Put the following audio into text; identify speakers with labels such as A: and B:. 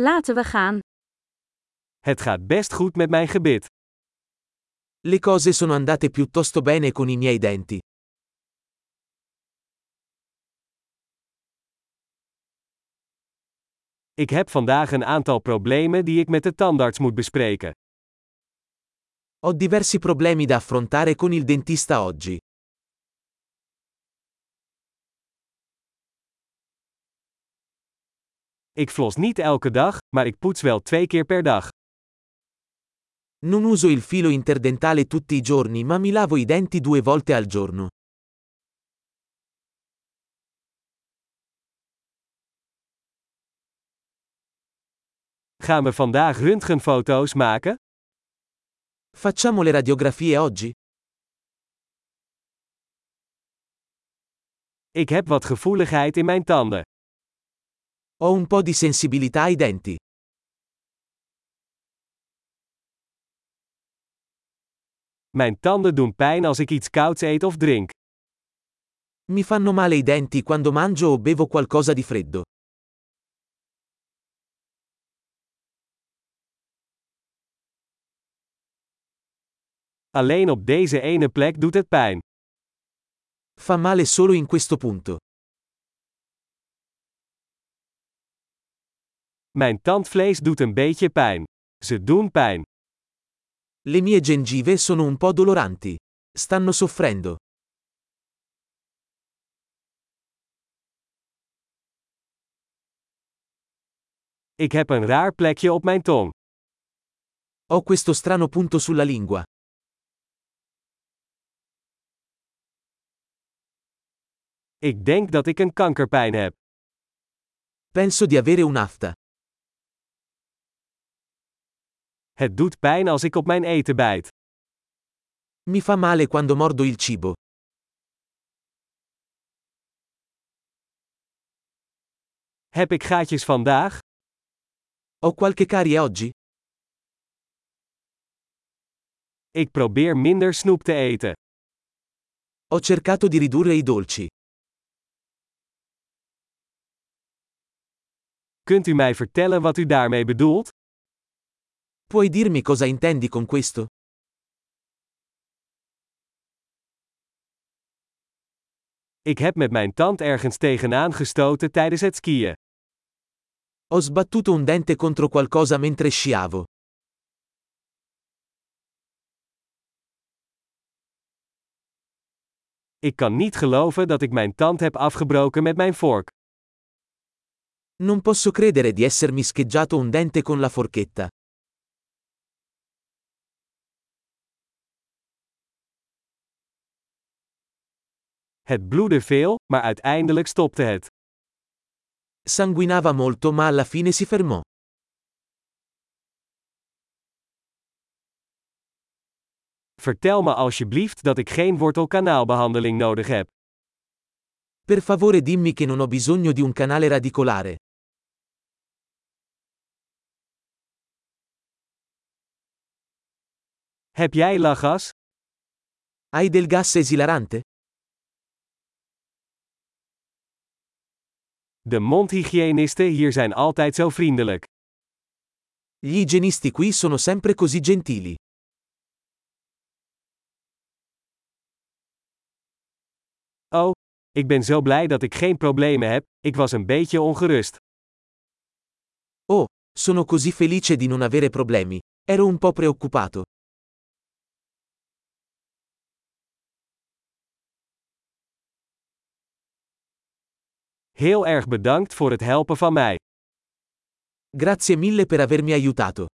A: Laten we gaan.
B: Het gaat best goed met mijn gebit.
C: Le cose sono andate piuttosto bene con i miei denti.
B: Ik heb vandaag een aantal problemen die ik met de tandarts moet bespreken.
C: Ho diversi problemi da affrontare con il dentista oggi.
B: Ik flos niet elke dag, maar ik poets wel twee keer per dag.
C: Non uso il filo interdentale tutti i giorni, ma mi lavo i denti due volte al giorno.
B: Gaan we vandaag röntgenfoto's maken?
C: Facciamo le radiografie oggi?
B: Ik heb wat gevoeligheid in mijn tanden.
C: Ho un po' di sensibilità ai denti.
B: Mijn tanden doen pijn als ik iets kouds eet of drink.
C: Mi fanno male i denti quando mangio o bevo qualcosa di freddo.
B: Alleen op deze ene plek doet het pijn.
C: Fa male solo in questo punto.
B: Mijn tandvlees doet een beetje pijn. Ze doen pijn.
C: Le mie gengive sono un po' doloranti. Stanno soffrendo.
B: Ik heb een raar plekje op mijn tong.
C: Ho questo strano punto sulla lingua.
B: Ik denk dat ik een kankerpijn heb.
C: Penso di avere un'afta.
B: Het doet pijn als ik op mijn eten bijt.
C: Mi fa male quando mordo il cibo.
B: Heb ik gaatjes vandaag?
C: Ho qualche carie oggi?
B: Ik probeer minder snoep te eten.
C: Ho cercato di ridurre i dolci.
B: Kunt u mij vertellen wat u daarmee bedoelt?
C: Puoi dirmi cosa intendi con questo?
B: Ik heb met mijn tand ergens tegenaan gestoten tijdens het skiën.
C: Ho sbattuto un dente contro qualcosa mentre sciavo.
B: Ik kan niet geloven dat ik mijn tand heb afgebroken met mijn vork.
C: Non posso credere di essermi scheggiato un dente con la forchetta.
B: Het bloedde veel, maar uiteindelijk stopte het.
C: Sanguinava molto ma alla fine si fermò.
B: Vertel me alsjeblieft dat ik geen wortelkanaalbehandeling nodig heb.
C: Per favore dimmi che non ho bisogno di un canale radicolare.
B: Heb jij lachgas?
C: Hai del gas esilarante?
B: De mondhygiënisten hier zijn altijd zo vriendelijk.
C: Gli igienisti qui sono sempre così gentili.
B: Oh, Ik ben zo blij dat ik geen problemen heb, ik was een beetje ongerust.
C: Oh, Sono così felice di non avere problemi. Ero un po' preoccupato.
B: Heel erg bedankt voor het helpen van mij.
C: Grazie mille per avermi aiutato.